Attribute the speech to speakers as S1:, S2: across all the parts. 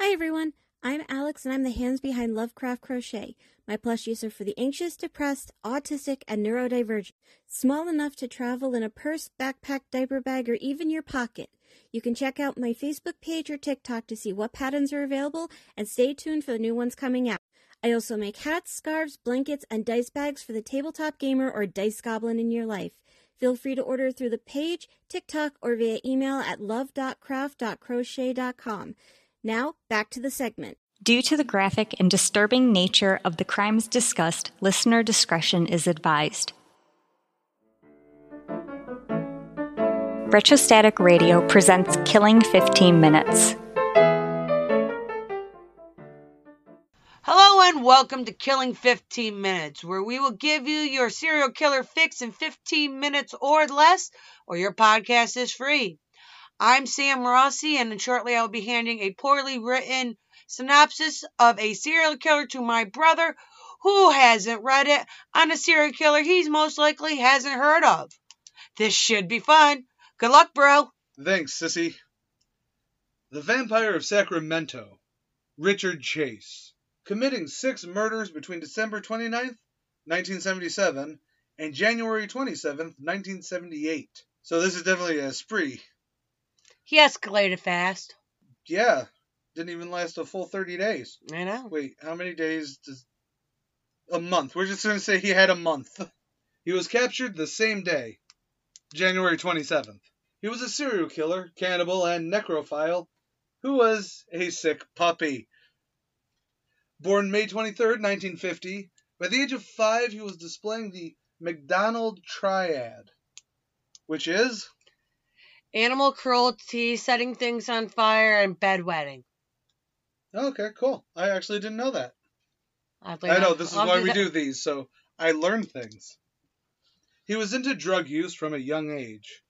S1: everyone, I'm Alex and I'm the hands behind Lovecraft Crochet. My plushies are for the anxious, depressed, autistic, and neurodivergent. Small enough to travel in a purse, backpack, diaper bag, or even your pocket. You can check out my Facebook page or TikTok to see what patterns are available and stay tuned for the new ones coming out. I also make hats, scarves, blankets, and dice bags for the tabletop gamer or dice goblin in your life. Feel free to order through the page, TikTok, or via email at love.craft.crochet.com. Now, back to the segment.
S2: Due to the graphic and disturbing nature of the crimes discussed, listener discretion is advised. Retrostatic Radio presents Killing 15 Minutes.
S3: Hello and welcome to Killing 15 Minutes, where we will give you your serial killer fix in 15 minutes or less, or your podcast is free. I'm Sam Rossi, and shortly I'll be handing a poorly written synopsis of a serial killer to my brother who hasn't read it on a serial killer he's most likely hasn't heard of. This should be fun. Good luck, bro.
S4: Thanks, sissy. The Vampire of Sacramento, Richard Chase, committing six murders between December 29th, 1977, and January 27th, 1978. So this is definitely a spree.
S3: He escalated fast.
S4: Yeah, didn't even last a full 30 days.
S3: I know.
S4: Wait, how many days does. A month. We're just going to say he had a month. He was captured the same day, January 27th. He was a serial killer, cannibal, and necrophile who was a sick puppy. Born May 23rd, 1950, by the age of five, he was displaying the McDonald Triad, which is
S3: Animal cruelty, setting things on fire, and bedwetting.
S4: okay, cool. I actually didn't know that.
S3: Oddly
S4: I know
S3: enough,
S4: this is
S3: I'll
S4: why we
S3: that-
S4: do these, so I learn things. He was into drug use from a young age.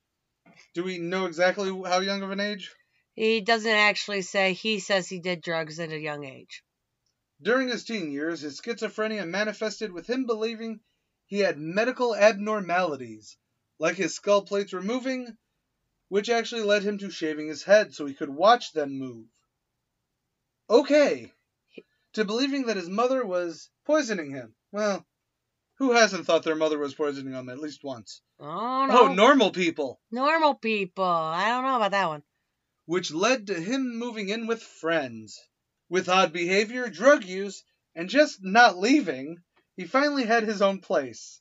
S4: Do we know exactly how young of an age?
S3: He doesn't actually say. He says he did drugs at a young age.
S4: During his teen years, his schizophrenia manifested with him believing he had medical abnormalities, like his skull plates removing, which actually led him to shaving his head so he could watch them move. Okay. To believing that his mother was poisoning him. Well, who hasn't thought their mother was poisoning him at least once?
S3: Oh no.
S4: Oh, normal people!
S3: Normal people. I don't know about that one.
S4: Which led to him moving in with friends. With odd behavior, drug use, and just not leaving, he finally had his own place.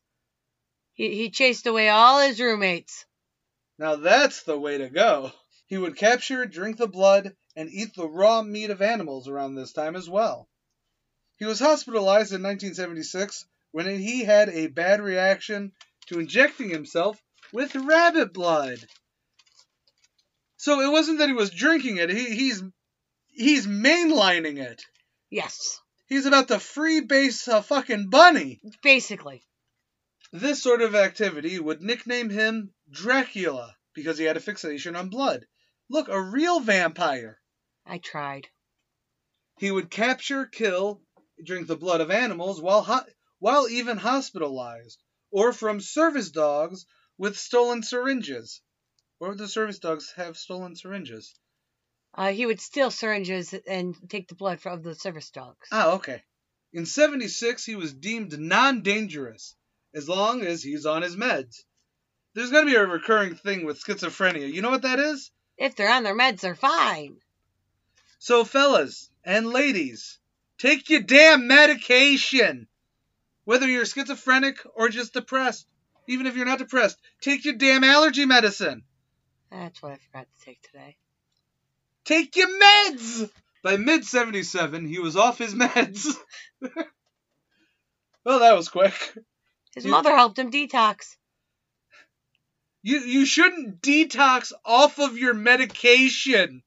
S3: He he chased away all his roommates.
S4: Now that's the way to go. He would capture, drink the blood, and eat the raw meat of animals around this time as well. He was hospitalized in 1976 when he had a bad reaction to injecting himself with rabbit blood. So it wasn't that he was drinking it. He, he's he's mainlining it.
S3: Yes,
S4: He's about to free base a fucking bunny.
S3: basically.
S4: This sort of activity would nickname him Dracula because he had a fixation on blood. Look, a real vampire.
S3: I tried.
S4: He would capture, kill, drink the blood of animals while ho- while even hospitalized or from service dogs with stolen syringes. Or would the service dogs have stolen syringes?
S3: Uh, he would steal syringes and take the blood from the service dogs.
S4: Ah, okay. In 76, he was deemed non dangerous as long as he's on his meds. There's going to be a recurring thing with schizophrenia. You know what that is?
S3: If they're on their meds, they're fine.
S4: So, fellas and ladies, take your damn medication. Whether you're schizophrenic or just depressed, even if you're not depressed, take your damn allergy medicine.
S3: That's what I forgot to take today.
S4: Take your meds! By mid 77, he was off his meds. well, that was quick.
S3: His
S4: You-
S3: mother helped him detox.
S4: You, you shouldn't detox off of your medication.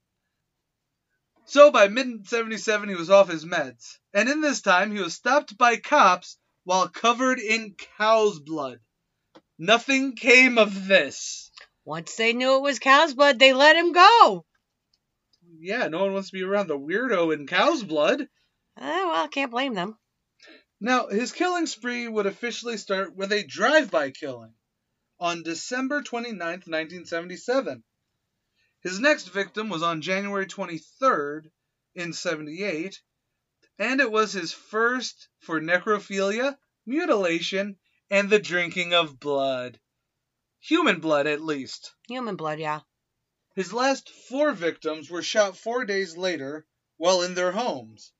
S4: So by mid 77, he was off his meds. And in this time, he was stopped by cops while covered in cow's blood. Nothing came of this.
S3: Once they knew it was cow's blood, they let him go. Oh,
S4: Yeah, no one wants to be around the weirdo in cow's blood.
S3: Oh, well, I can't blame them.
S4: Now, his killing spree would officially start with a drive by killing on December 29th, 1977. His next victim was on January 23rd in 78, and it was his first for necrophilia, mutilation, and the drinking of blood. Human blood, at least.
S3: Human blood, yeah.
S4: His last four victims were shot four days later while in their homes,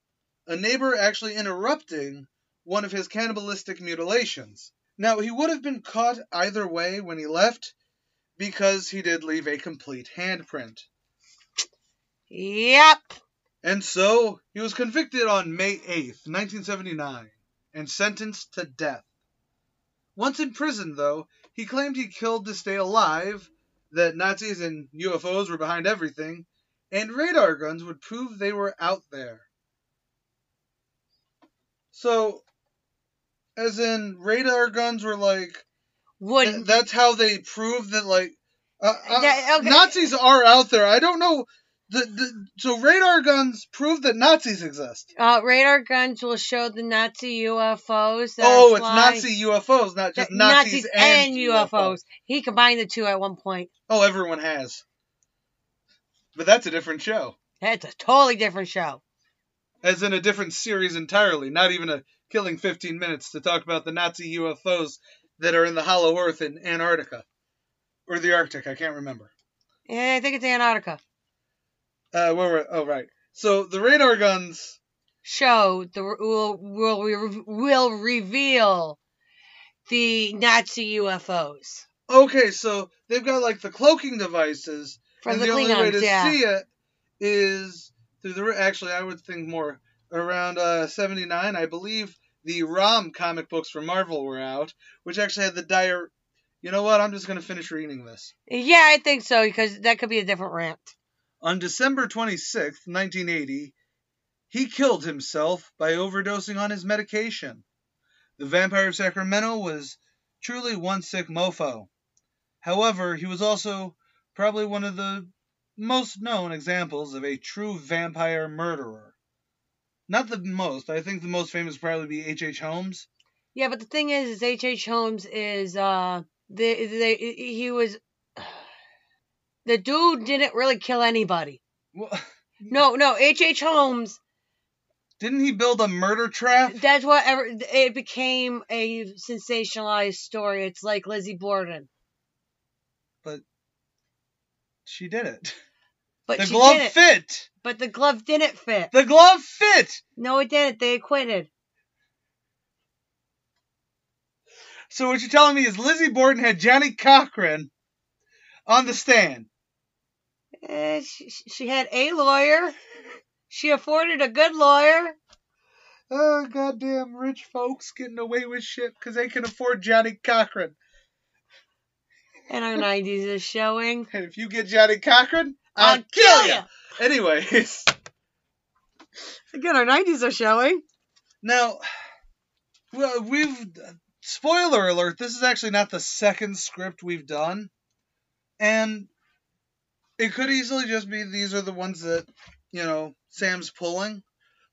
S4: a neighbor actually interrupting one of his cannibalistic mutilations. Now, he would have been caught either way when he left because he did leave a complete handprint.
S3: Yep.
S4: And so, he was convicted on May 8th, 1979, and sentenced to death. Once in prison, though, he claimed he killed to stay alive, that Nazis and UFOs were behind everything, and radar guns would prove they were out there. So, as in, radar guns were like,
S3: Would
S4: th- that's how they prove that, like, uh, uh,
S3: Yeah, okay.
S4: Nazis are out there. I don't know. The, the, so, radar guns prove that Nazis exist.
S3: uh, radar guns will show the Nazi UFOs? That
S4: oh,
S3: are
S4: it's
S3: flying-
S4: Nazi UFOs, not
S3: that-
S4: just Nazis, and,
S3: UFOs. He combined the two at one point.
S4: Oh, everyone has. But that's a different show.
S3: That's a totally different show.
S4: As in a different series entirely, not even a killing 15 minutes to talk about the Nazi UFOs that are in the hollow earth in Antarctica. Or the Arctic, I can't remember.
S3: Yeah, I think it's Antarctica.
S4: Uh, where were, oh, right. So the radar guns,
S3: Show the will will re- will reveal the Nazi UFOs
S4: okay, so they've got like the cloaking devices,
S3: from
S4: and
S3: the,
S4: the, only way
S3: Klingons.
S4: to
S3: Yeah,
S4: see it is through the. Actually, I would think more around uh, seventy nine. I believe the ROM comic books from Marvel were out, which actually had the dire. You know what? I'm just gonna finish reading this.
S3: yeah, I think so because that could be a different rant.
S4: On December 26th, 1980, he killed himself by overdosing on his medication. The Vampire of Sacramento was truly one sick mofo. However, he was also probably one of the most known examples of a true vampire murderer. Not the most, I think the most famous would probably be H.H. H. Holmes.
S3: Yeah, but the thing is, is H. H. Holmes is uh the they he was the dude didn't really kill anybody.
S4: Well,
S3: No, no, H. H. Holmes.
S4: didn't he build a murder trap?
S3: That's what ever it became a sensationalized story. It's like Lizzie Borden,
S4: She did it.
S3: but
S4: The
S3: she
S4: glove
S3: didn't.
S4: fit!
S3: But the glove didn't fit.
S4: The glove fit!
S3: No, it didn't. They acquitted.
S4: So what you're telling me is Lizzie Borden had Johnny Cochran on the stand.
S3: Eh, she, she had a lawyer. She afforded a good lawyer.
S4: Oh, goddamn rich folks getting away with shit because they can afford Johnny Cochran.
S3: And our 90s is showing.
S4: And if you get Johnny Cochran, I'll,
S3: I'll
S4: kill
S3: kill
S4: you. Anyways,
S3: Again, our 90s are showing.
S4: now, well, we've spoiler alert. This is actually not the second script we've done, and it could easily just be these are the ones that you know Sam's pulling.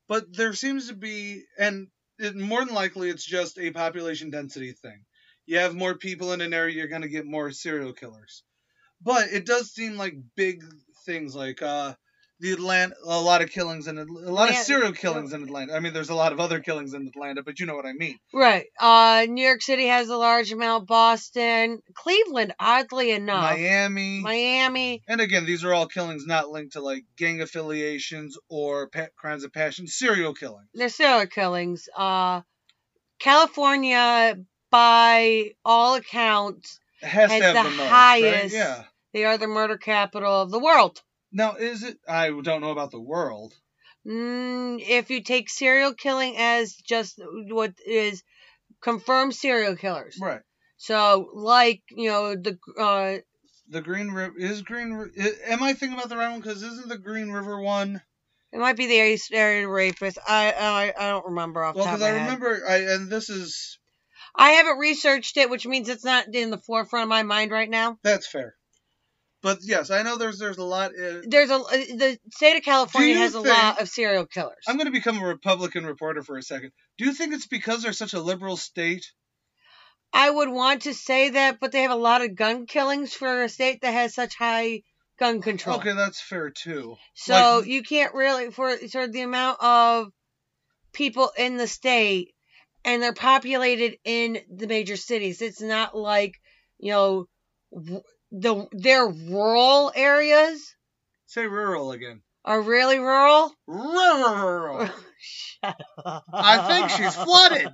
S4: but there seems to be and it, more than likely it's just a population density thing you have more people in an area you're going to get more serial killers but it does seem like big things like uh the Atlanta, a lot of killings in Atl- a lot of
S3: Yeah.
S4: serial killings in Atlanta. I mean, there's a lot of other killings in Atlanta, but you know what I mean.
S3: Right. Uh, New York City has a large amount. Boston, Cleveland, oddly enough,
S4: Miami,
S3: Miami.
S4: and again, these are all killings not linked to like gang affiliations or pa- crimes of passion, serial killing.
S3: They're serial killings. Uh, California, by all accounts,
S4: It has
S3: Has
S4: to have
S3: the
S4: the, most, right?
S3: highest-
S4: Yeah.
S3: they are the murder capital of the world.
S4: Now, is it? I don't know about the world.
S3: Mm, if you take serial killing as just what is confirmed serial killers.
S4: Right.
S3: So, like, you know, the uh,
S4: The Green River is Green. Ri- i- Am I thinking about the right one? Because isn't the Green River one?
S3: it might be the Ace area rapist. I I, I don't remember off the
S4: Well,
S3: top of
S4: because
S3: my
S4: I
S3: head.
S4: remember. I and this is
S3: I haven't researched it, which means it's not in the forefront of my mind right now.
S4: that's fair. But yes, I know there's there's a lot. uh
S3: There's a the state of California
S4: you
S3: has a
S4: think-
S3: lot of serial killers.
S4: I'm going to become a Republican reporter for a second. Do you think it's because they're such a liberal state?
S3: I would want to say that, but they have a lot of gun killings for a state that has such high gun control.
S4: Okay, that's fair too.
S3: So
S4: Like-
S3: you can't really for for the amount of people in the state and they're populated in the major cities. It's not like, you know, w- the their rural areas
S4: Say rural again.
S3: are really rural.
S4: Rural.
S3: Shut up.
S4: Oh, I think she's flooded.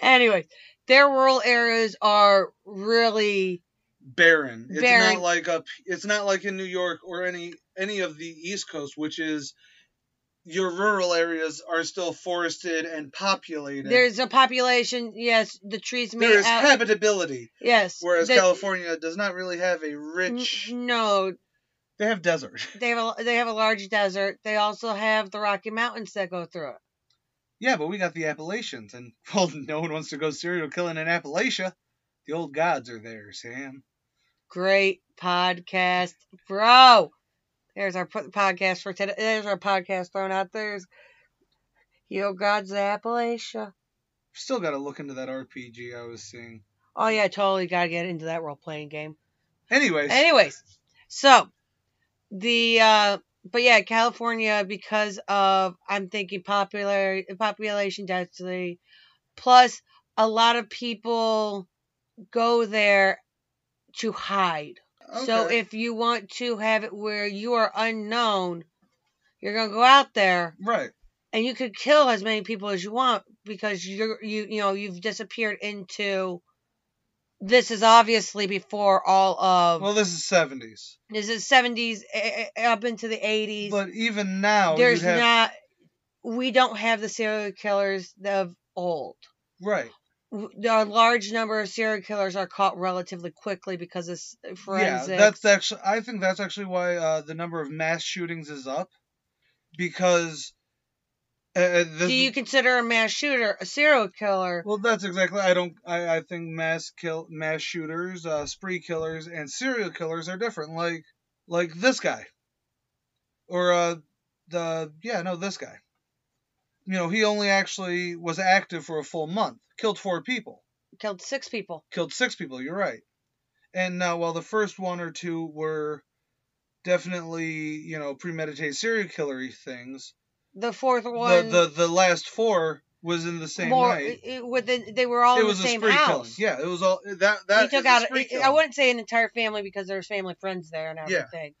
S3: Anyway, their rural areas are really
S4: Barren. It's
S3: Barren.
S4: not like up. It's not like in New York or any any of the East Coast, which is your rural areas are still forested and populated.
S3: there's a population. Yes, the trees may
S4: there is
S3: out-
S4: habitability,
S3: yes.
S4: whereas
S3: the-
S4: California does not really have a
S3: n-
S4: rich.
S3: No,
S4: They have desert.
S3: they have a, they have a large desert. They also have the Rocky Mountains that go through it.
S4: Yeah, but we got the Appalachians, and well, no one wants to go serial killing in Appalachia. The old gods are there, Sam.
S3: Great podcast, bro. There's our po- podcast for today. There's our podcast thrown out there. Yo, God's Appalachia.
S4: Still got to look into that RPG I was seeing.
S3: Oh yeah, totally gotta get into that role playing game.
S4: Anyways,
S3: Anyways, so the uh but yeah, California because of I'm thinking popular population density plus a lot of people go there to hide. So
S4: okay.
S3: if you want to have it where you are unknown, you're going to go out there
S4: right,
S3: and you could kill as many people as you want because you're you you know, you've disappeared into this is obviously before all of
S4: well, this is seventies,
S3: is it 70s eh, eh, up into the 80s
S4: but even now you
S3: there's
S4: have
S3: not we don't have the serial killers of old
S4: right.
S3: W- a large number of serial killers are caught relatively quickly because of s- uh, forensics
S4: Yeah, that's actually. I think that's actually why uh, the number of mass shootings is up, because uh, the,
S3: do you consider a mass shooter a serial killer
S4: Well, that's exactly. I don't. I, I think mass kill, mass shooters, uh, spree killers, and serial killers are different. Like, like this guy, or uh, the yeah, no, this guy. You know, he only actually was active for a full month. Killed four people.
S3: killed six people
S4: Killed six people. You're right. And now, while the first one or two were definitely, you know, premeditated serial killery things,
S3: the fourth one
S4: the, the the last four was in the same
S3: more
S4: night.
S3: eh, eh, within they were all
S4: it
S3: in
S4: was
S3: the
S4: a
S3: same
S4: spree killing.
S3: house
S4: Yeah, it was all that. That
S3: he took
S4: is a
S3: out
S4: spree
S3: eh, eh, i
S4: killing.
S3: wouldn't say an entire family because there's family friends there and
S4: Yeah.
S3: everything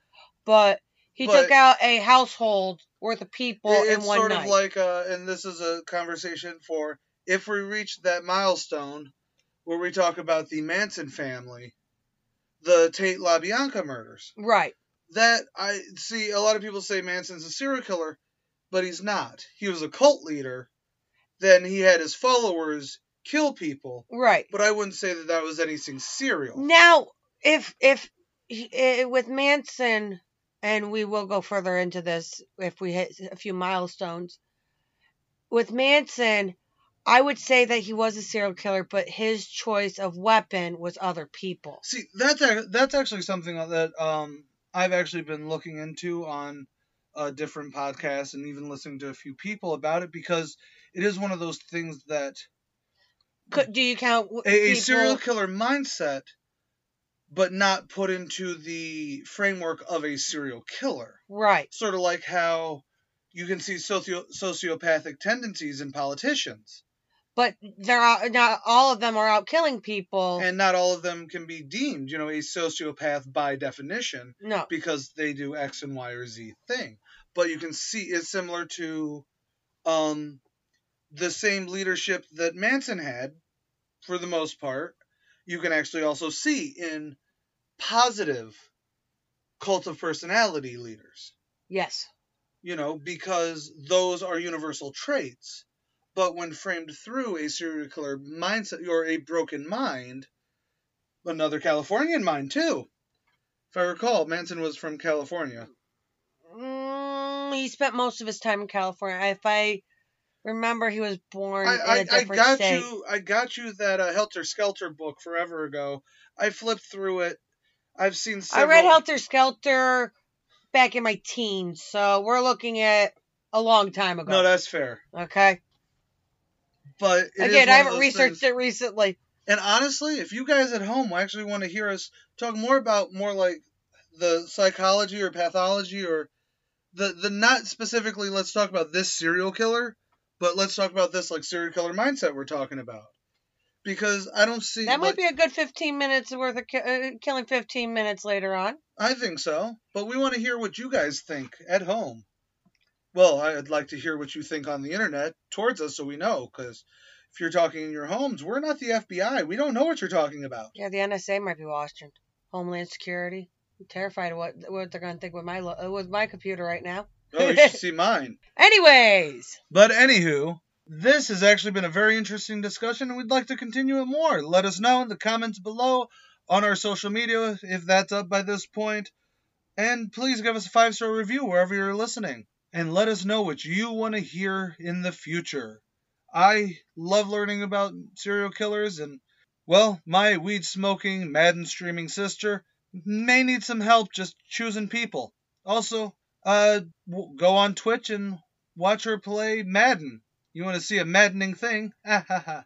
S3: but he
S4: But-
S3: took out a household worth of people
S4: It-
S3: in
S4: it's
S3: one
S4: sort
S3: night
S4: of like, uh, and this is a conversation for if we reach that milestone where we talk about the Manson family, the Tate LaBianca murders.
S3: right
S4: That I see a lot of people say Manson's a serial killer, but he's not. He was a cult leader. Then he had his followers kill people,
S3: right
S4: but I wouldn't say that that was anything serial.
S3: now if if he- eh, with manson and we will go further into this if we hit a few milestones with manson i would say that he was a serial killer but his choice of weapon was other people
S4: See, that's ac- that's actually something that um I've actually been looking into on uh, different podcasts and even listening to a few people about it because it is one of those things that
S3: Could, do you count w-
S4: a, a
S3: people-
S4: serial killer mindset, but not put into the framework of a serial killer.
S3: right
S4: Sort of like how you can see socio- sociopathic tendencies in politicians,
S3: but they're out, not all of them are out killing people
S4: and not all of them can be deemed, you know, a sociopath by definition.
S3: no
S4: because they do X and Y or Z thing. But you can see it's similar to um, the same leadership that Manson had, for the most part. You can actually also see in positive cult of personality leaders,
S3: yes
S4: you know, because those are universal traits. But when framed through a serial killer mindset or a broken mind, another Californian mind too. If I recall, Manson was from California.
S3: mm, he spent most of his time in california if i remember he was born in a
S4: I, I, I
S3: different
S4: got
S3: state
S4: you. I got you that uh, Helter Skelter book forever ago. I flipped through it. I've seen. Several,
S3: I read Helter Skelter back in my teens, so we're looking at a long time ago.
S4: No, that's fair.
S3: okay.
S4: But it is
S3: Again,
S4: one
S3: I
S4: of
S3: haven't
S4: those
S3: researched
S4: things-
S3: it recently.
S4: And honestly, if you guys at home actually want to hear us talk more about more like the psychology or pathology or the the not specifically let's talk about this serial killer, but let's talk about this like serial killer mindset we're talking about. Because I don't see
S3: That might
S4: like,
S3: be a good 15 minutes worth of ki- uh, killing 15 minutes later on.
S4: I think so, but we want to hear what you guys think at home. Well, I'd like to hear what you think on the internet towards us so we know cuz if you're talking in your homes, we're not the FBI. We don't know what you're talking about.
S3: Yeah, the NSA might be watching. Homeland Security. I'm terrified of what what they're gonna think with my lo- uh, with my computer right now.
S4: Oh, you should see mine.
S3: Anyways,
S4: But anywho, this has actually been a very interesting discussion, and we'd like to continue it more. Let us know in the comments below on our social media if that's up by this point, and please give us a five star review wherever you're listening, and let us know what you want to hear in the future. I love learning about serial killers, and well, my weed smoking, Madden streaming sister may need some help just choosing people. Also, uh, w- go on Twitch and watch her play Madden. You want to see a maddening thing? Ah, ha, ha.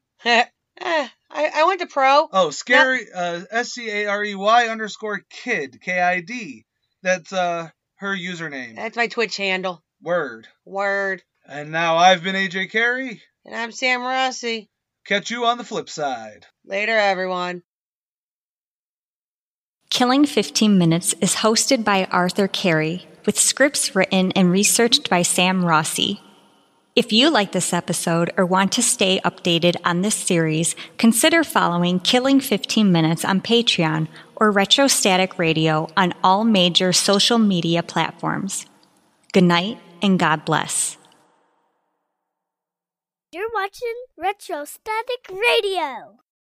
S3: Eh, I I went to pro.
S4: oh, scary. Uh, S C A R E Y underscore kid K I D. That's uh her username.
S3: That's my Twitch handle.
S4: Word.
S3: Word.
S4: And now I've been AJ Carey.
S3: And I'm Sam Rossi.
S4: Catch you on the flip side.
S3: Later, everyone.
S2: Killing 15 Minutes is hosted by Arthur Carey, with scripts written and researched by Sam Rossi. If you like this episode or want to stay updated on this series, consider following Killing 15 Minutes on Patreon or Retrostatic Radio on all major social media platforms. Good night and God bless.
S5: You're watching Retrostatic Radio.